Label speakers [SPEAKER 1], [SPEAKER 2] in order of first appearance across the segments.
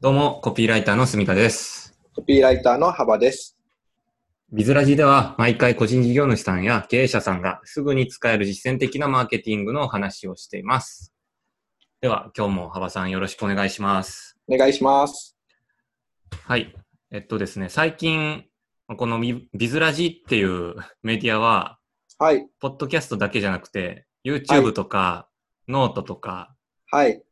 [SPEAKER 1] どうも、コピーライターの住田です。
[SPEAKER 2] コピーライターの幅です。
[SPEAKER 1] ビズラジでは、毎回個人事業主さんや経営者さんがすぐに使える実践的なマーケティングのお話をしています。では、今日も幅さんよろしくお願いします。
[SPEAKER 2] お願いします。
[SPEAKER 1] はい。えっとですね、最近、このビビズラジっていうメディアは、
[SPEAKER 2] はい。
[SPEAKER 1] ポッドキャストだけじゃなくて、YouTube とか、ノートとか、
[SPEAKER 2] はい。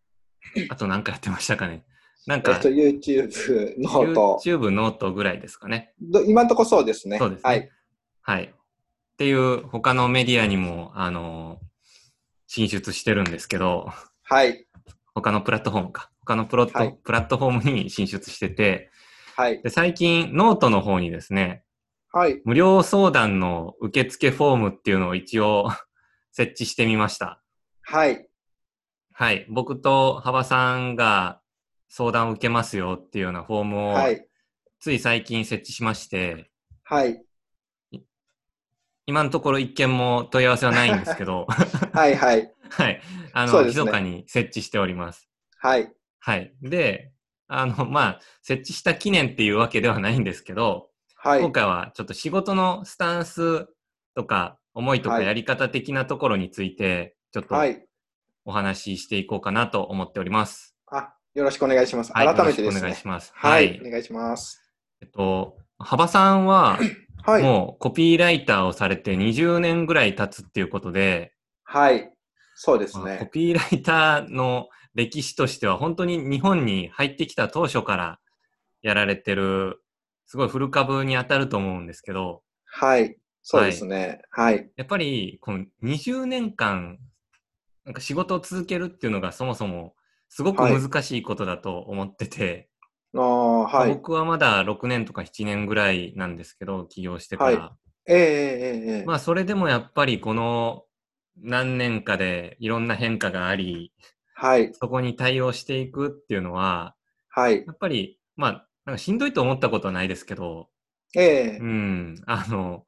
[SPEAKER 1] あと何かやってましたかね。なん
[SPEAKER 2] え
[SPEAKER 1] か
[SPEAKER 2] っと、、YouTube、ノート。
[SPEAKER 1] YouTube、ノートぐらいですかね。
[SPEAKER 2] ど今んとこそうですね。
[SPEAKER 1] そうですね。
[SPEAKER 2] は
[SPEAKER 1] はい
[SPEAKER 2] い。。
[SPEAKER 1] っていう、他のメディアにも、あのー進出してるんですけど、
[SPEAKER 2] はい。
[SPEAKER 1] 他のプラットフォームか。他のプロット、
[SPEAKER 2] はい
[SPEAKER 1] プラットフォームに進出してて、
[SPEAKER 2] はい。
[SPEAKER 1] で最近、ノートの方にですね、
[SPEAKER 2] はい。
[SPEAKER 1] 無料相談の受付フォームっていうのを一応 設置してみました。
[SPEAKER 2] はい。
[SPEAKER 1] はい。僕と幅さんが相談を受けますよっていうようなフォームを、
[SPEAKER 2] はい。
[SPEAKER 1] つい最近設置しまして、
[SPEAKER 2] はい。
[SPEAKER 1] 今のところ一件も問い合わせはないんですけど、
[SPEAKER 2] はい。はい。
[SPEAKER 1] はい。あ
[SPEAKER 2] そ
[SPEAKER 1] の、
[SPEAKER 2] うですね
[SPEAKER 1] 密かに設置しております。
[SPEAKER 2] はい。
[SPEAKER 1] はい。で、あの、 まあ、設置した記念っていうわけではないんですけど、
[SPEAKER 2] はい。
[SPEAKER 1] 今回はちょっと仕事のスタンスとか、思いとか
[SPEAKER 2] はい
[SPEAKER 1] やり方的なところについて、ちょっと
[SPEAKER 2] はい。
[SPEAKER 1] お話ししていこうかなと思っております。
[SPEAKER 2] あ、よろしくお願いします。
[SPEAKER 1] はい。
[SPEAKER 2] 改めて
[SPEAKER 1] よ
[SPEAKER 2] で
[SPEAKER 1] ろしく
[SPEAKER 2] す
[SPEAKER 1] お願い
[SPEAKER 2] ね
[SPEAKER 1] し。ます。は。
[SPEAKER 2] はいい。お願いします。
[SPEAKER 1] えっと、幅さんは、
[SPEAKER 2] はい。
[SPEAKER 1] もうコピーライターをされて20年ぐらい経つっていうことで、
[SPEAKER 2] はい。そうです
[SPEAKER 1] まあコ
[SPEAKER 2] ね。
[SPEAKER 1] ピーライターの歴史としては本当に日本に入ってきた当初からやられてるすごい古株に当たると思うんですけど
[SPEAKER 2] はい。そうですね。はい。
[SPEAKER 1] やっぱりこの20年間なんか仕事を続けるっていうのがそもそもすごく
[SPEAKER 2] はい
[SPEAKER 1] 難しいことだと思ってて、
[SPEAKER 2] ああ、はい。
[SPEAKER 1] 僕はまだ6年とか7年ぐらいなんですけど起業してから、
[SPEAKER 2] はええええええ
[SPEAKER 1] まあそれでもやっぱりこの何年かでいろんな変化があり
[SPEAKER 2] はい。
[SPEAKER 1] そこに対応していくっていうのは
[SPEAKER 2] はい。
[SPEAKER 1] やっぱり、まあ、なんかしんどいと思ったことはないですけど、
[SPEAKER 2] ええ
[SPEAKER 1] うん、あの、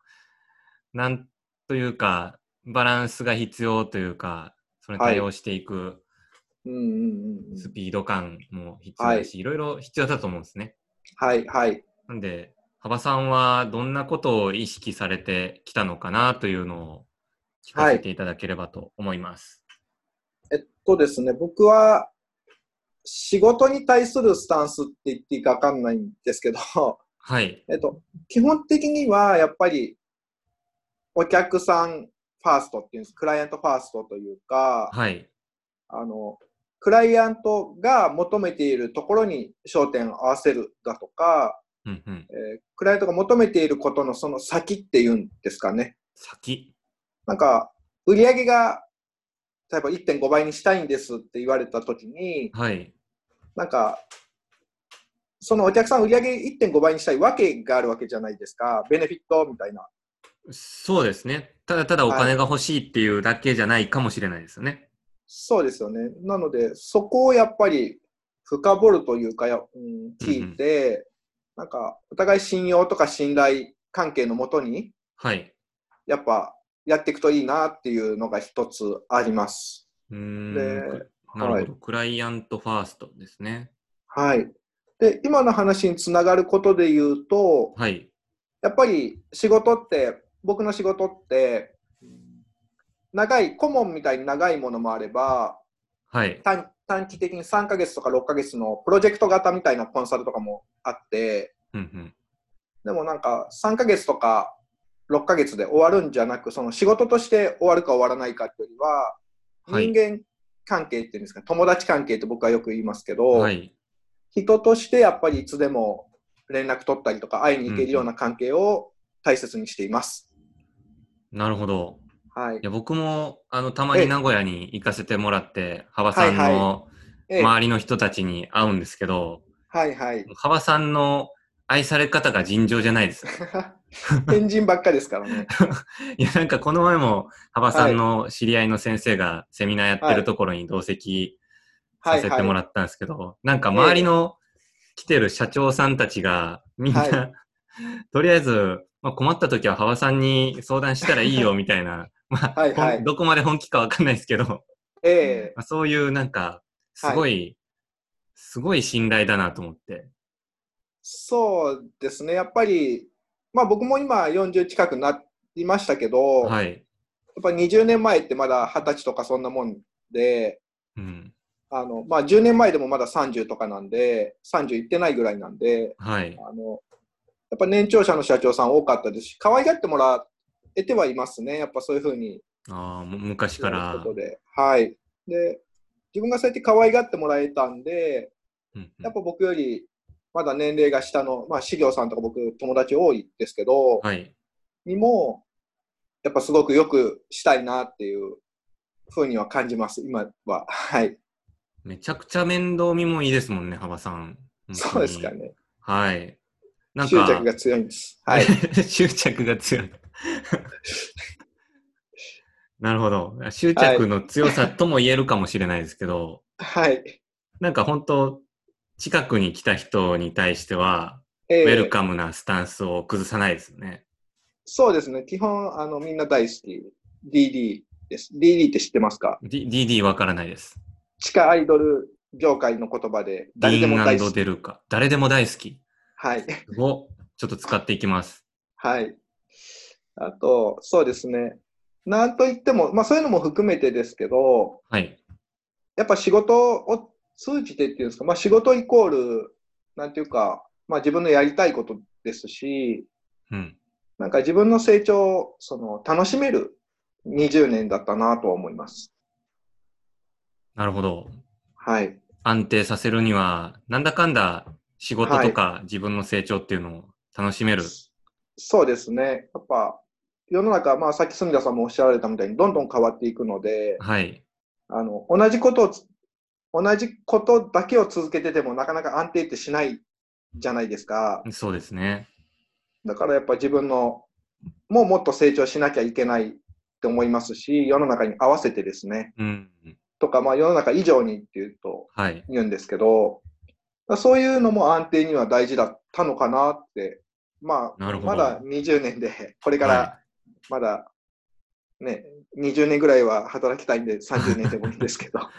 [SPEAKER 1] なんというか、バランスが必要というか、それに
[SPEAKER 2] はい
[SPEAKER 1] 対応していく
[SPEAKER 2] うんうんうんうん。
[SPEAKER 1] スピード感も必要だし、い、ろいろ必要だと思うんですね。
[SPEAKER 2] はい。はい。
[SPEAKER 1] なんで、幅さんはどんなことを意識されてきたのかなというのを聞かせていただければと思います。
[SPEAKER 2] えっとですね、僕は仕事に対するスタンスって言っていいかわかんないんですけど、
[SPEAKER 1] はい。
[SPEAKER 2] えっと、基本的にはやっぱりお客さんファーストっていうんです、クライアントファーストというか、
[SPEAKER 1] はい。
[SPEAKER 2] あの、クライアントが求めているところに焦点を合わせるだとか、
[SPEAKER 1] うんうん。
[SPEAKER 2] えークライアントが求めていることのその先っていうんですかね。
[SPEAKER 1] 先。
[SPEAKER 2] なんか、売り上げが例えば1.5倍にしたいんですって言われたときに、
[SPEAKER 1] はい。
[SPEAKER 2] なんか、そのお客さん売り上げ1.5倍にしたいわけがあるわけじゃないですか。ベネフィットみたいな。
[SPEAKER 1] そうですね。ただただお金が欲しいっていうだけじゃないかもしれないですよね。
[SPEAKER 2] そうですよね。なので、そこをやっぱり深掘るというか、やうん、聞いて、なんか、お互い信用とか信頼関係のもとに、
[SPEAKER 1] はい。
[SPEAKER 2] やっぱ、やっていくといいなっていうのが一つあります。
[SPEAKER 1] うーん。
[SPEAKER 2] で
[SPEAKER 1] くなるほど、
[SPEAKER 2] はい
[SPEAKER 1] クライアントファーストですね。
[SPEAKER 2] はい。で、今の話につながることで言うと、
[SPEAKER 1] はい。
[SPEAKER 2] やっぱり仕事って、僕の仕事って、長い、顧問みたいに長いものもあれば、
[SPEAKER 1] はい。
[SPEAKER 2] 短短期的に3ヶ月とか6ヶ月のプロジェクト型みたいなコンサルとかもあって、
[SPEAKER 1] うんうん。
[SPEAKER 2] でもなんか3ヶ月とか6ヶ月で終わるんじゃなく、その仕事として終わるか終わらないかっていうよりは、
[SPEAKER 1] はい
[SPEAKER 2] 人間関係っていうんですか、友達関係って僕はよく言いますけど、
[SPEAKER 1] はい。
[SPEAKER 2] 人としてやっぱりいつでも連絡取ったりとか会いに行けるような関係を大切にしています。
[SPEAKER 1] なるほど。
[SPEAKER 2] はい
[SPEAKER 1] い。や、僕も、あの、たまに名古屋に行かせてもらって、幅さん
[SPEAKER 2] はい
[SPEAKER 1] の
[SPEAKER 2] ええ
[SPEAKER 1] 周りの人たちに会うんですけど、
[SPEAKER 2] はいはい。
[SPEAKER 1] 幅さんの愛され方が尋常じゃないです。
[SPEAKER 2] 変人ばっかですからね。
[SPEAKER 1] いや、なんかこの前も、幅さんの知り合いの先生がセミナーやってるところに同席
[SPEAKER 2] は
[SPEAKER 1] さ
[SPEAKER 2] い
[SPEAKER 1] せ
[SPEAKER 2] は
[SPEAKER 1] て
[SPEAKER 2] い
[SPEAKER 1] も。らったんですけど、なんか周りの来てる社長さんたちが、みんな、
[SPEAKER 2] はい
[SPEAKER 1] とりあえず、まあ、困った時は幅さんに相談したらいい よみたいな、まあ
[SPEAKER 2] はいはい
[SPEAKER 1] ほんどこまで本気かわかんないですけど、
[SPEAKER 2] ええ
[SPEAKER 1] まあそういうなんか、すごい、すごい信頼だなと思って。
[SPEAKER 2] そうですね、やっぱり、まあ僕も今40近くなりましたけど、やっ
[SPEAKER 1] はい。
[SPEAKER 2] ぱ20年前ってまだ20歳とかそんなもんで、
[SPEAKER 1] うん。
[SPEAKER 2] あのまあ、10年前でもまだ30とかなんで、30いってないぐらいなんで、
[SPEAKER 1] はい。
[SPEAKER 2] あのやっぱ年長者の社長さん多かったですし、可愛がってもらえてはいますね、やっぱそういうふうに
[SPEAKER 1] ああ、も昔か
[SPEAKER 2] やる
[SPEAKER 1] ら
[SPEAKER 2] こ。とで。はい、で自分がそうやって可愛がってもらえたんで、
[SPEAKER 1] うんうん
[SPEAKER 2] やっぱ僕よりまだ年齢が下の、まあ、資料さんとか僕、友達多いですけど、
[SPEAKER 1] はい。
[SPEAKER 2] にも、やっぱすごくよくしたいなっていうふうには感じます、今は。はい。
[SPEAKER 1] めちゃくちゃ面倒見もいいですもんね、幅さん。本当に
[SPEAKER 2] そうですか。ね。
[SPEAKER 1] はい。なん
[SPEAKER 2] 執
[SPEAKER 1] か、
[SPEAKER 2] 着が強いんです。はい。
[SPEAKER 1] 執着が強い。 なるほど。執着の強さとも言えるかもしれないですけど、
[SPEAKER 2] はい。
[SPEAKER 1] なんか本当、近くに来た人に対しては、
[SPEAKER 2] え
[SPEAKER 1] ウ
[SPEAKER 2] ー
[SPEAKER 1] ェルカムなスタンスを崩さないですよね。
[SPEAKER 2] そうですね。基本、あの、みんな大好き。DD です。DD って知ってますか
[SPEAKER 1] D- DD わからないです。
[SPEAKER 2] 地下アイドル業界の言葉で、誰でも
[SPEAKER 1] ディ
[SPEAKER 2] 大
[SPEAKER 1] ー
[SPEAKER 2] 好
[SPEAKER 1] ン
[SPEAKER 2] き。
[SPEAKER 1] デルカ。誰でも大好き。
[SPEAKER 2] はい。
[SPEAKER 1] をちょっと使っていきます。
[SPEAKER 2] はい。あと、そうですね。なんといっても、まあそういうのも含めてですけど、
[SPEAKER 1] はい。
[SPEAKER 2] やっぱ仕事を通じてっていうんですか、まあ仕事イコール、なんていうか、まあ自分のやりたいことですし、
[SPEAKER 1] うん。
[SPEAKER 2] なんか自分の成長をその楽しめる20年だったなとは思います。
[SPEAKER 1] なるほど。
[SPEAKER 2] はい。
[SPEAKER 1] 安定させるには、なんだかんだ仕事とか自分の成長っていうのを楽しめる。
[SPEAKER 2] そうですね。やっぱ世の中、まあさっき住田さんもおっしゃられたみたいにどんどん変わっていくので、
[SPEAKER 1] はい。
[SPEAKER 2] あの、同じことをつ、同じことだけを続けててもなかなか安定ってしないじゃないですか。
[SPEAKER 1] そうですね。
[SPEAKER 2] だからやっぱ自分の、もうもっと成長しなきゃいけないって思いますし、世の中に合わせてですね。
[SPEAKER 1] うん。
[SPEAKER 2] とか、まあ世の中以上にっていうと
[SPEAKER 1] はい。
[SPEAKER 2] 言うんですけど、だからそういうのも安定には大事だったのかなって、ま
[SPEAKER 1] な
[SPEAKER 2] あ、
[SPEAKER 1] るほど
[SPEAKER 2] まだ20年で、これか
[SPEAKER 1] は
[SPEAKER 2] らまだ、ね、20年ぐらいは働きたいんで30年でもいいんですけど。
[SPEAKER 1] い。はい。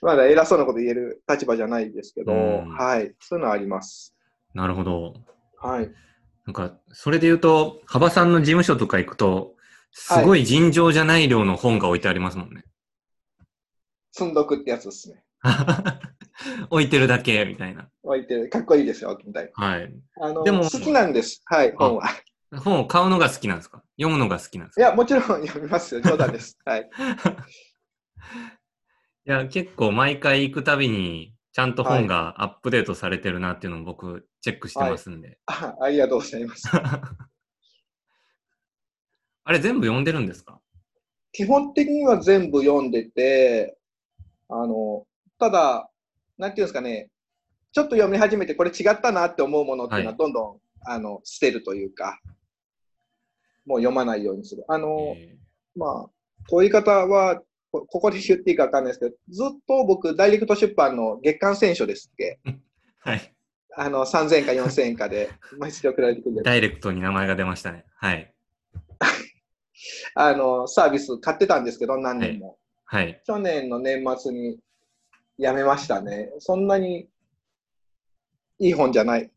[SPEAKER 2] まだ偉そうなこと言える立場じゃないですけど、
[SPEAKER 1] うん
[SPEAKER 2] はい、そういうのはあります。
[SPEAKER 1] なるほど。
[SPEAKER 2] はい。
[SPEAKER 1] なんか、それで言うと、幅さんの事務所とか行くと、すごい尋常じゃない量の本が置いてありますもんね。
[SPEAKER 2] 積んどくってやつですね。
[SPEAKER 1] 置いてるだけ、みたいな。
[SPEAKER 2] 置いてる、かっこいいですよ、みたい
[SPEAKER 1] はい。
[SPEAKER 2] な。あの、
[SPEAKER 1] でも
[SPEAKER 2] 好きなんです。はい、本は。
[SPEAKER 1] 本を買うのが好きなんですか読むのが好きなんです
[SPEAKER 2] い
[SPEAKER 1] か
[SPEAKER 2] や、もちろん読みますよ。冗談です。 はい。
[SPEAKER 1] いや、結構毎回行くたびに、ちゃんと本がアップデートされてるなっていうのを僕、チェックしてますんで。
[SPEAKER 2] あありがとうござい ます。
[SPEAKER 1] あれ、全部読んでるんですか
[SPEAKER 2] 基本的には全部読んでて、あの、ただ、なんていうんですかね、ちょっと読み始めて、これ違ったなって思うものっていうの
[SPEAKER 1] は
[SPEAKER 2] は、
[SPEAKER 1] い
[SPEAKER 2] どんどん、あの、捨てるというか、もう読まないようにする。あの、
[SPEAKER 1] え
[SPEAKER 2] まあ、問い方は、こここで言っていいかわかんないですけど、ずっと僕、ダイレクト出版の月刊選書ですっけ
[SPEAKER 1] ーはい。
[SPEAKER 2] あの、3000円か4000円 かで、毎月送られてくるやつ
[SPEAKER 1] ダイレクトに名前が出ましたね。はい。
[SPEAKER 2] あの、サービス買ってたんですけど、何年も。
[SPEAKER 1] はい。
[SPEAKER 2] 去年の年末に辞めましたね。そんなにいい本じゃない。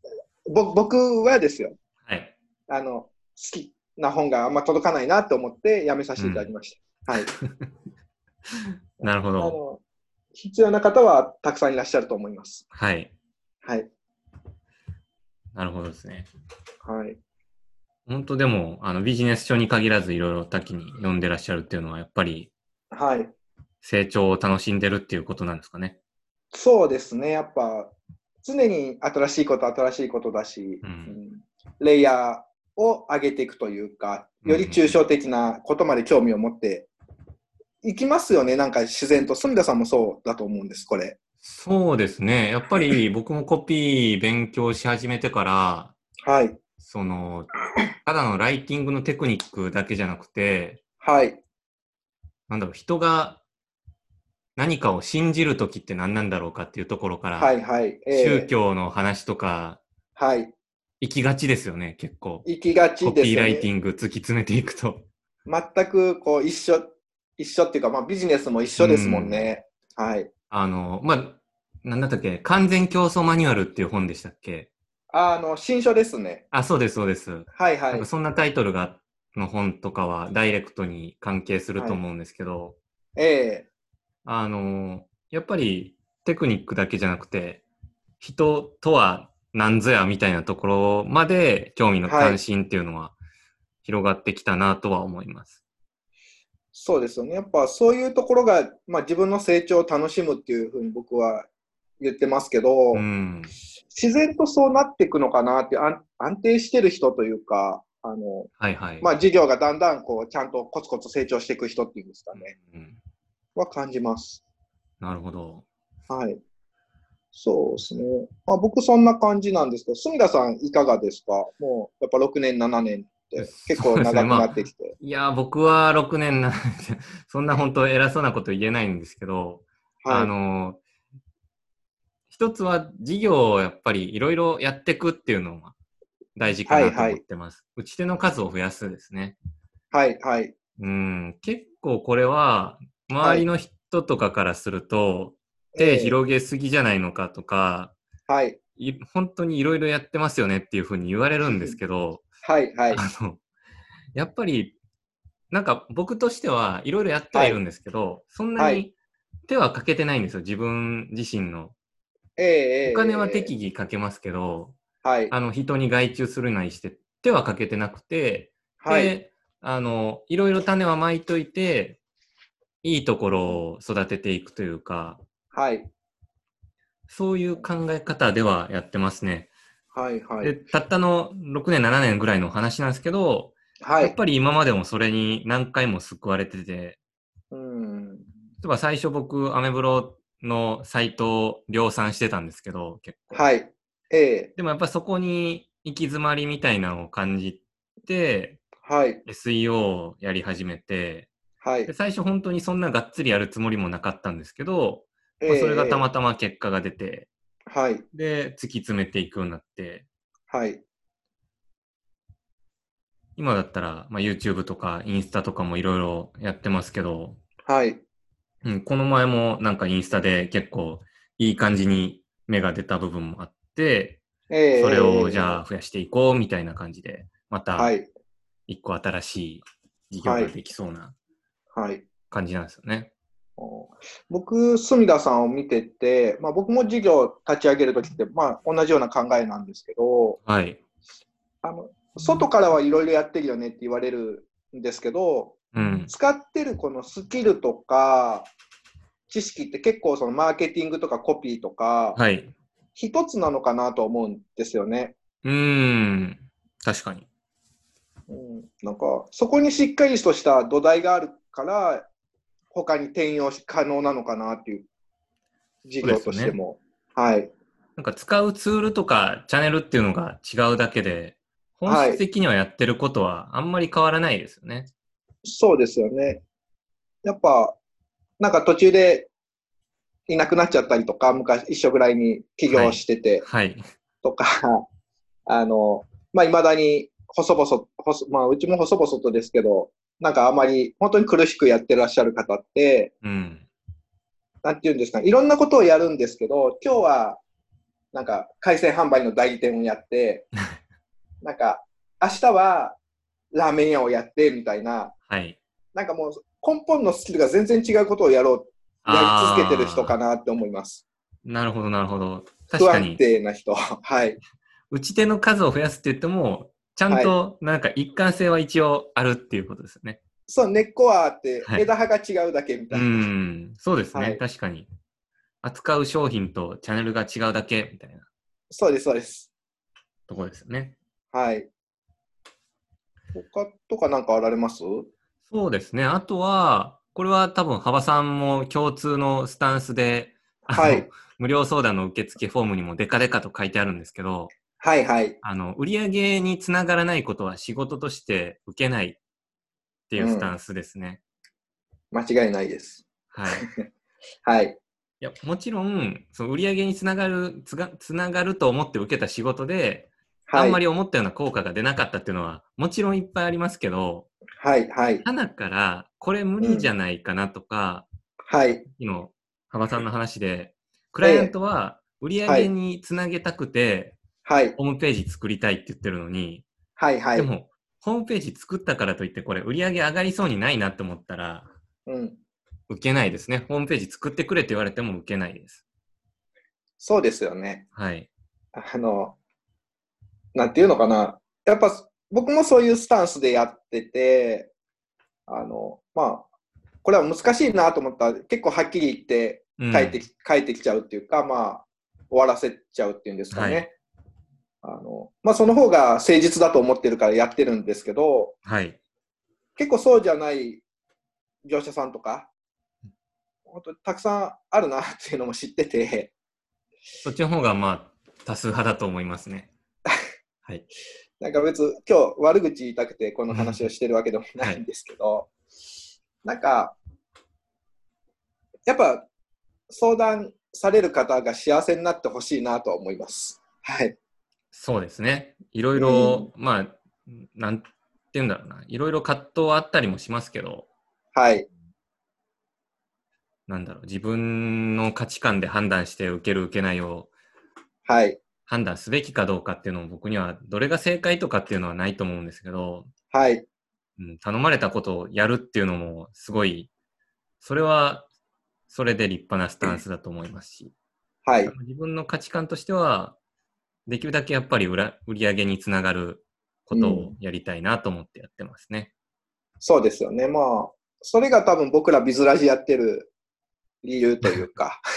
[SPEAKER 2] ぼ僕はですよ、
[SPEAKER 1] はい。
[SPEAKER 2] あの、好きな本があんま届かないなと思って辞めさせていただきました。はい。
[SPEAKER 1] なるほ
[SPEAKER 2] あ
[SPEAKER 1] ど。
[SPEAKER 2] の、必要な方はたくさんいらっしゃると思います。
[SPEAKER 1] はい。
[SPEAKER 2] はい。
[SPEAKER 1] なるほどですね。
[SPEAKER 2] はい。
[SPEAKER 1] 本当でも、あの、ビジネス書に限らずいろいろ多岐に読んでらっしゃるっていうのは、やっぱり
[SPEAKER 2] はい。
[SPEAKER 1] 成長を楽しんでるっていうことなんですかね。
[SPEAKER 2] そうですね。やっぱ、常に新しいこと、新しいことだし、
[SPEAKER 1] うん
[SPEAKER 2] うんレイヤーを上げていくというか、より抽象的なことまで興味を持っていきますよね。なんか自然と。住田さんもそうだと思うんです、これ。
[SPEAKER 1] そうですね。やっぱり僕もコピー勉強し始めてから、
[SPEAKER 2] はい。
[SPEAKER 1] その、ただのライティングのテクニックだけじゃなくて、
[SPEAKER 2] はい。
[SPEAKER 1] なんだろう、人が何かを信じるときって何なんだろうかっていうところから、
[SPEAKER 2] はい。はい。
[SPEAKER 1] 宗教の話とか、
[SPEAKER 2] はい。
[SPEAKER 1] 行きがちですよね、結構。
[SPEAKER 2] 行きがち
[SPEAKER 1] コ
[SPEAKER 2] です
[SPEAKER 1] ピーライ
[SPEAKER 2] ね
[SPEAKER 1] テ。ィング突き詰めていくと。
[SPEAKER 2] 全くこう一緒、一緒っていうか、まあビジネスも一緒ですもんね。はい。
[SPEAKER 1] あの、まあ、なんだったっけ、完全競争マニュアルっていう本でしたっけ
[SPEAKER 2] あの、新書ですね。
[SPEAKER 1] あ、そうです、そうです。
[SPEAKER 2] はいは
[SPEAKER 1] なん
[SPEAKER 2] い
[SPEAKER 1] か。そんなタイトルが、の本とかはダイレクトに関係すると思うんですけど、
[SPEAKER 2] ええ
[SPEAKER 1] あのーやっぱりテクニックだけじゃなくて、人とは何ぞやみたいなところまで興味の関心っていうのは広がってきたなとは思います。
[SPEAKER 2] そうですよね。やっぱそういうところが、まあ自分の成長を楽しむっていうふうに僕は言ってますけど、
[SPEAKER 1] うん。
[SPEAKER 2] 自然とそうなっていくのかなって、安安定してる人というか、あの、
[SPEAKER 1] はいはい。
[SPEAKER 2] まあ事業がだんだんこう、ちゃんとコツコツ成長していく人っていうんですかね、
[SPEAKER 1] うん
[SPEAKER 2] は感じます。
[SPEAKER 1] なるほど。
[SPEAKER 2] はい。そうですね。まあ、僕そんな感じなんですけど、住田さんいかがですかもうやっぱ6年、7年って結構長くなってきて。
[SPEAKER 1] いやー、僕は6年な、 そんな本当偉そうなこと言えないんですけど、あ
[SPEAKER 2] はい。
[SPEAKER 1] の、一つは事業をやっぱりいろいろやっていくっていうのが大事かなと思ってます。打ち手の数を増やすですね。
[SPEAKER 2] はい、はい。
[SPEAKER 1] うん、結構これは周りの人とかからすると、手広げすぎじゃないのかとか、
[SPEAKER 2] はい、
[SPEAKER 1] い本当にいろいろやってますよねっていうふうに言われるんですけど、
[SPEAKER 2] はい、はい。
[SPEAKER 1] あの、やっぱり、なんか僕としてはいろいろやってはいるんですけど、そんな
[SPEAKER 2] は
[SPEAKER 1] に
[SPEAKER 2] い
[SPEAKER 1] 手はかけてないんですよ、自分自身の。
[SPEAKER 2] ええええ
[SPEAKER 1] お金は適
[SPEAKER 2] え
[SPEAKER 1] 宜かけますけど、
[SPEAKER 2] えはい、
[SPEAKER 1] あの、人に外注するなりして、手はかけてなくて、
[SPEAKER 2] はい、
[SPEAKER 1] で、あの、いろいろ種はまいといて、いいところを育てていくというか、
[SPEAKER 2] はい、
[SPEAKER 1] そういう考え方ではやってますね。
[SPEAKER 2] はい、は
[SPEAKER 1] で、
[SPEAKER 2] い。
[SPEAKER 1] たったの6年、7年ぐらいの話なんですけど、
[SPEAKER 2] は
[SPEAKER 1] やっ
[SPEAKER 2] い。
[SPEAKER 1] ぱり今までもそれに何回も救われてて、
[SPEAKER 2] うん。
[SPEAKER 1] 例えば最初僕、アメブロのサイトを量産してたんですけど、結構。
[SPEAKER 2] はい。ええ
[SPEAKER 1] でもやっぱそこに行き詰まりみたいなのを感じて、
[SPEAKER 2] はい、
[SPEAKER 1] SEO をやり始めて、
[SPEAKER 2] はい。
[SPEAKER 1] で最初本当にそんながっつりやるつもりもなかったんですけど、
[SPEAKER 2] え
[SPEAKER 1] まあ
[SPEAKER 2] え
[SPEAKER 1] それがたまたま結果が出て、
[SPEAKER 2] はい、
[SPEAKER 1] で、突き詰めていくようになって、
[SPEAKER 2] はい。
[SPEAKER 1] 今だったら、まあ、YouTube とかインスタとかもいろいろやってますけど、
[SPEAKER 2] はい。
[SPEAKER 1] うん、この前もなんかインスタで結構いい感じに芽が出た部分もあって、
[SPEAKER 2] ええ
[SPEAKER 1] それをじゃあ増やしていこうみたいな感じで、また
[SPEAKER 2] はい、
[SPEAKER 1] 一個新しい事業ができそうな
[SPEAKER 2] はい。
[SPEAKER 1] 感じなんですよね。
[SPEAKER 2] 僕、住田さんを見てて、まあ、僕も事業立ち上げるときって、まあ、同じような考えなんですけど、
[SPEAKER 1] はい。
[SPEAKER 2] あの外からはいろいろやってるよねって言われるんですけど、
[SPEAKER 1] うん。
[SPEAKER 2] 使ってるこのスキルとか知識って結構そのマーケティングとかコピーとか、
[SPEAKER 1] はい。
[SPEAKER 2] 一つなのかなと思うんですよね。
[SPEAKER 1] うーん。確かに。
[SPEAKER 2] うん、なんかそこにしっかりとした土台があるから、他に転用し可能なのかなっていう事業としても。はい。
[SPEAKER 1] なんか使うツールとかチャンネルっていうのが違うだけで、本質的にはやってることはあんまり変わらないですよね。
[SPEAKER 2] そうですよね。やっぱ、なんか途中でいなくなっちゃったりとか、昔一緒ぐらいに起業してて
[SPEAKER 1] はい。
[SPEAKER 2] とか、 あの、まあ、未だに細々、細まあ、うちも細々とですけど、なんかあまり本当に苦しくやってらっしゃる方って、
[SPEAKER 1] うん。
[SPEAKER 2] なんていうんですか、いろんなことをやるんですけど、今日は、なんか、海鮮販売の代理店をや って、なんか、明日はラーメン屋をやって、みたいな、
[SPEAKER 1] はい。
[SPEAKER 2] なんかもう根本のスキルが全然違うことをやろう、やり続けてる人か
[SPEAKER 1] な。
[SPEAKER 2] なって思います。
[SPEAKER 1] なるほど、なるほど。確
[SPEAKER 2] 不
[SPEAKER 1] か
[SPEAKER 2] 安
[SPEAKER 1] に、
[SPEAKER 2] 定な人。はい。
[SPEAKER 1] 打ち手の数を増やすって言っても、ちゃんとなんか一貫性は一応あるっていうことですよね。
[SPEAKER 2] そう、根っこはあって、
[SPEAKER 1] はい
[SPEAKER 2] 枝葉が違うだけみたいうな。
[SPEAKER 1] ん。そうですね、
[SPEAKER 2] はい
[SPEAKER 1] 確かに。扱う商品とチャンネルが違うだけみたいな
[SPEAKER 2] そうです、そうです。
[SPEAKER 1] ところですよね。
[SPEAKER 2] はい。他とかなんかあられます
[SPEAKER 1] そうですね。あとは、これは多分、幅さんも共通のスタンスで、あの
[SPEAKER 2] はい
[SPEAKER 1] 無料相談の受付フォームにもデカデカと書いてあるんですけど、
[SPEAKER 2] はいはい。
[SPEAKER 1] あの、売り上げにつながらないことは仕事として受けないっていうスタンスですね。
[SPEAKER 2] 間違いないです。
[SPEAKER 1] はい。い
[SPEAKER 2] はい。
[SPEAKER 1] や、もちろん、その売り上げにつながる、つが、つながると思って受けた仕事で、
[SPEAKER 2] はい。
[SPEAKER 1] あんまり思ったような効果が出なかったっていうのは、もちろんいっぱいありますけど、
[SPEAKER 2] はいはい。
[SPEAKER 1] 花から、これ無理じゃないかなとか、
[SPEAKER 2] はい。
[SPEAKER 1] 昨日、幅さんの話で、クライアントは売り上げにつなげたくて、
[SPEAKER 2] はい。
[SPEAKER 1] ホームページ作りたいって言ってるのに、
[SPEAKER 2] はいはい。
[SPEAKER 1] でも、ホームページ作ったからといって、これ売り上げ上がりそうにないなって思ったら、
[SPEAKER 2] うん。
[SPEAKER 1] 受けないですね。ホームページ作ってくれって言われても受けないです。
[SPEAKER 2] そうですよね。
[SPEAKER 1] はい。
[SPEAKER 2] あの、なんていうのかな。やっぱ僕もそういうスタンスでやってて、あの、まあ、これは難しいなと思ったら結構はっきり言って
[SPEAKER 1] うん
[SPEAKER 2] 帰ってき、帰ってきちゃうっていうか、まあ、終わらせちゃうっていうんですかね。あの、まあ、その方が誠実だと思ってるからやってるんですけど、
[SPEAKER 1] はい。
[SPEAKER 2] 結構そうじゃない業者さんとか、本当にたくさんあるなっていうのも知ってて、
[SPEAKER 1] そっちの方が、まあ、多数派だと思いますね。はい。
[SPEAKER 2] なんか別、今日悪口言いたくてこの話をしてるわけでもないんですけど、なんか、やっぱ相談される方が幸せになってほしいなとは思います。はい。
[SPEAKER 1] そうですね。いろいろ、まあ、なんて言うんだろうな。いろいろ葛藤はあったりもしますけど、
[SPEAKER 2] はい。
[SPEAKER 1] なんだろう。自分の価値観で判断して受ける受けないを
[SPEAKER 2] はい。
[SPEAKER 1] 判断すべきかどうかっていうのも僕には、どれが正解とかっていうのはないと思うんですけど、
[SPEAKER 2] はい。
[SPEAKER 1] うん、頼まれたことをやるっていうのもすごい、それは、それで立派なスタンスだと思いますし、
[SPEAKER 2] はい。
[SPEAKER 1] 自分の価値観としては、できるだけやっぱり売ら売り上げにつながることをやりたいなと思ってやってますね。
[SPEAKER 2] そうですよね。まあ、それが多分僕らビズラジやってる理由というか、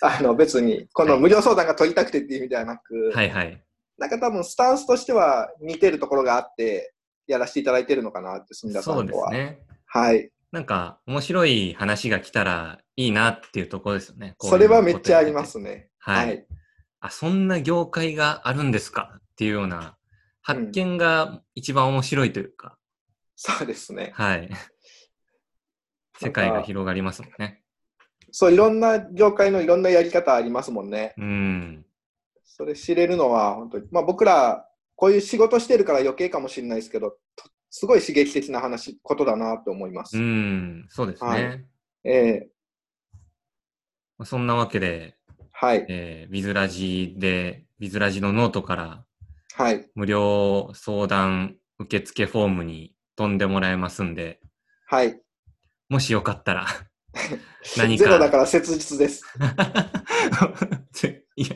[SPEAKER 2] あの別にこの無料相談が取りたくてっていう意味ではなく、
[SPEAKER 1] はいはい。
[SPEAKER 2] なんか多分スタンスとしては似てるところがあって、やらせていただいてるのかなって、住田さ
[SPEAKER 1] そうんで
[SPEAKER 2] と
[SPEAKER 1] す
[SPEAKER 2] は。
[SPEAKER 1] ね。
[SPEAKER 2] はい。
[SPEAKER 1] なんか、面白い話が来たらいいなっていうところですよね。こうい
[SPEAKER 2] そうれはめっちゃあります
[SPEAKER 1] こ
[SPEAKER 2] ね。
[SPEAKER 1] とやってて。は
[SPEAKER 2] は
[SPEAKER 1] い。
[SPEAKER 2] い。
[SPEAKER 1] あ、そんな業界があるんですかっていうような発見が一番面白いというか、
[SPEAKER 2] そうですね。
[SPEAKER 1] はい。世界が広がりますもんね。
[SPEAKER 2] そう、いろんな業界のいろんなやり方ありますもんね。
[SPEAKER 1] うん。
[SPEAKER 2] それ知れるのは本当に、まあ僕ら、こういう仕事してるから余計かもしれないですけど、とすごい刺激的な話、ことだなと思います。
[SPEAKER 1] うん。そうですね。
[SPEAKER 2] はいえ
[SPEAKER 1] まあそんなわけで、
[SPEAKER 2] ーはい。
[SPEAKER 1] えー、ビズラジで、ビズラジのノートから
[SPEAKER 2] はい。
[SPEAKER 1] 無料相談受付フォームに飛んでもらえますんで、
[SPEAKER 2] はい。
[SPEAKER 1] もしよかった ら、何か。
[SPEAKER 2] ゼロだから切実です。
[SPEAKER 1] ぜいや、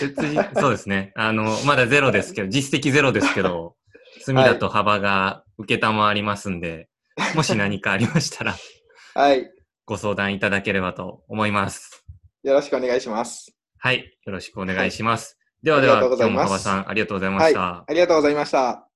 [SPEAKER 1] 別に、そうですね。あの、まだゼロですけど、実績ゼロですけど、墨だと幅が受けたまわりますんで、もし何かありましたら、
[SPEAKER 2] はい。
[SPEAKER 1] ご相談いただければと思います。
[SPEAKER 2] よろしくお願いします。
[SPEAKER 1] はい。よろしくお願いします。ではでは、
[SPEAKER 2] ありがとうご
[SPEAKER 1] 今日
[SPEAKER 2] ざい
[SPEAKER 1] も
[SPEAKER 2] ます
[SPEAKER 1] 幅さん、ありがとうございました。
[SPEAKER 2] ありがとうございました。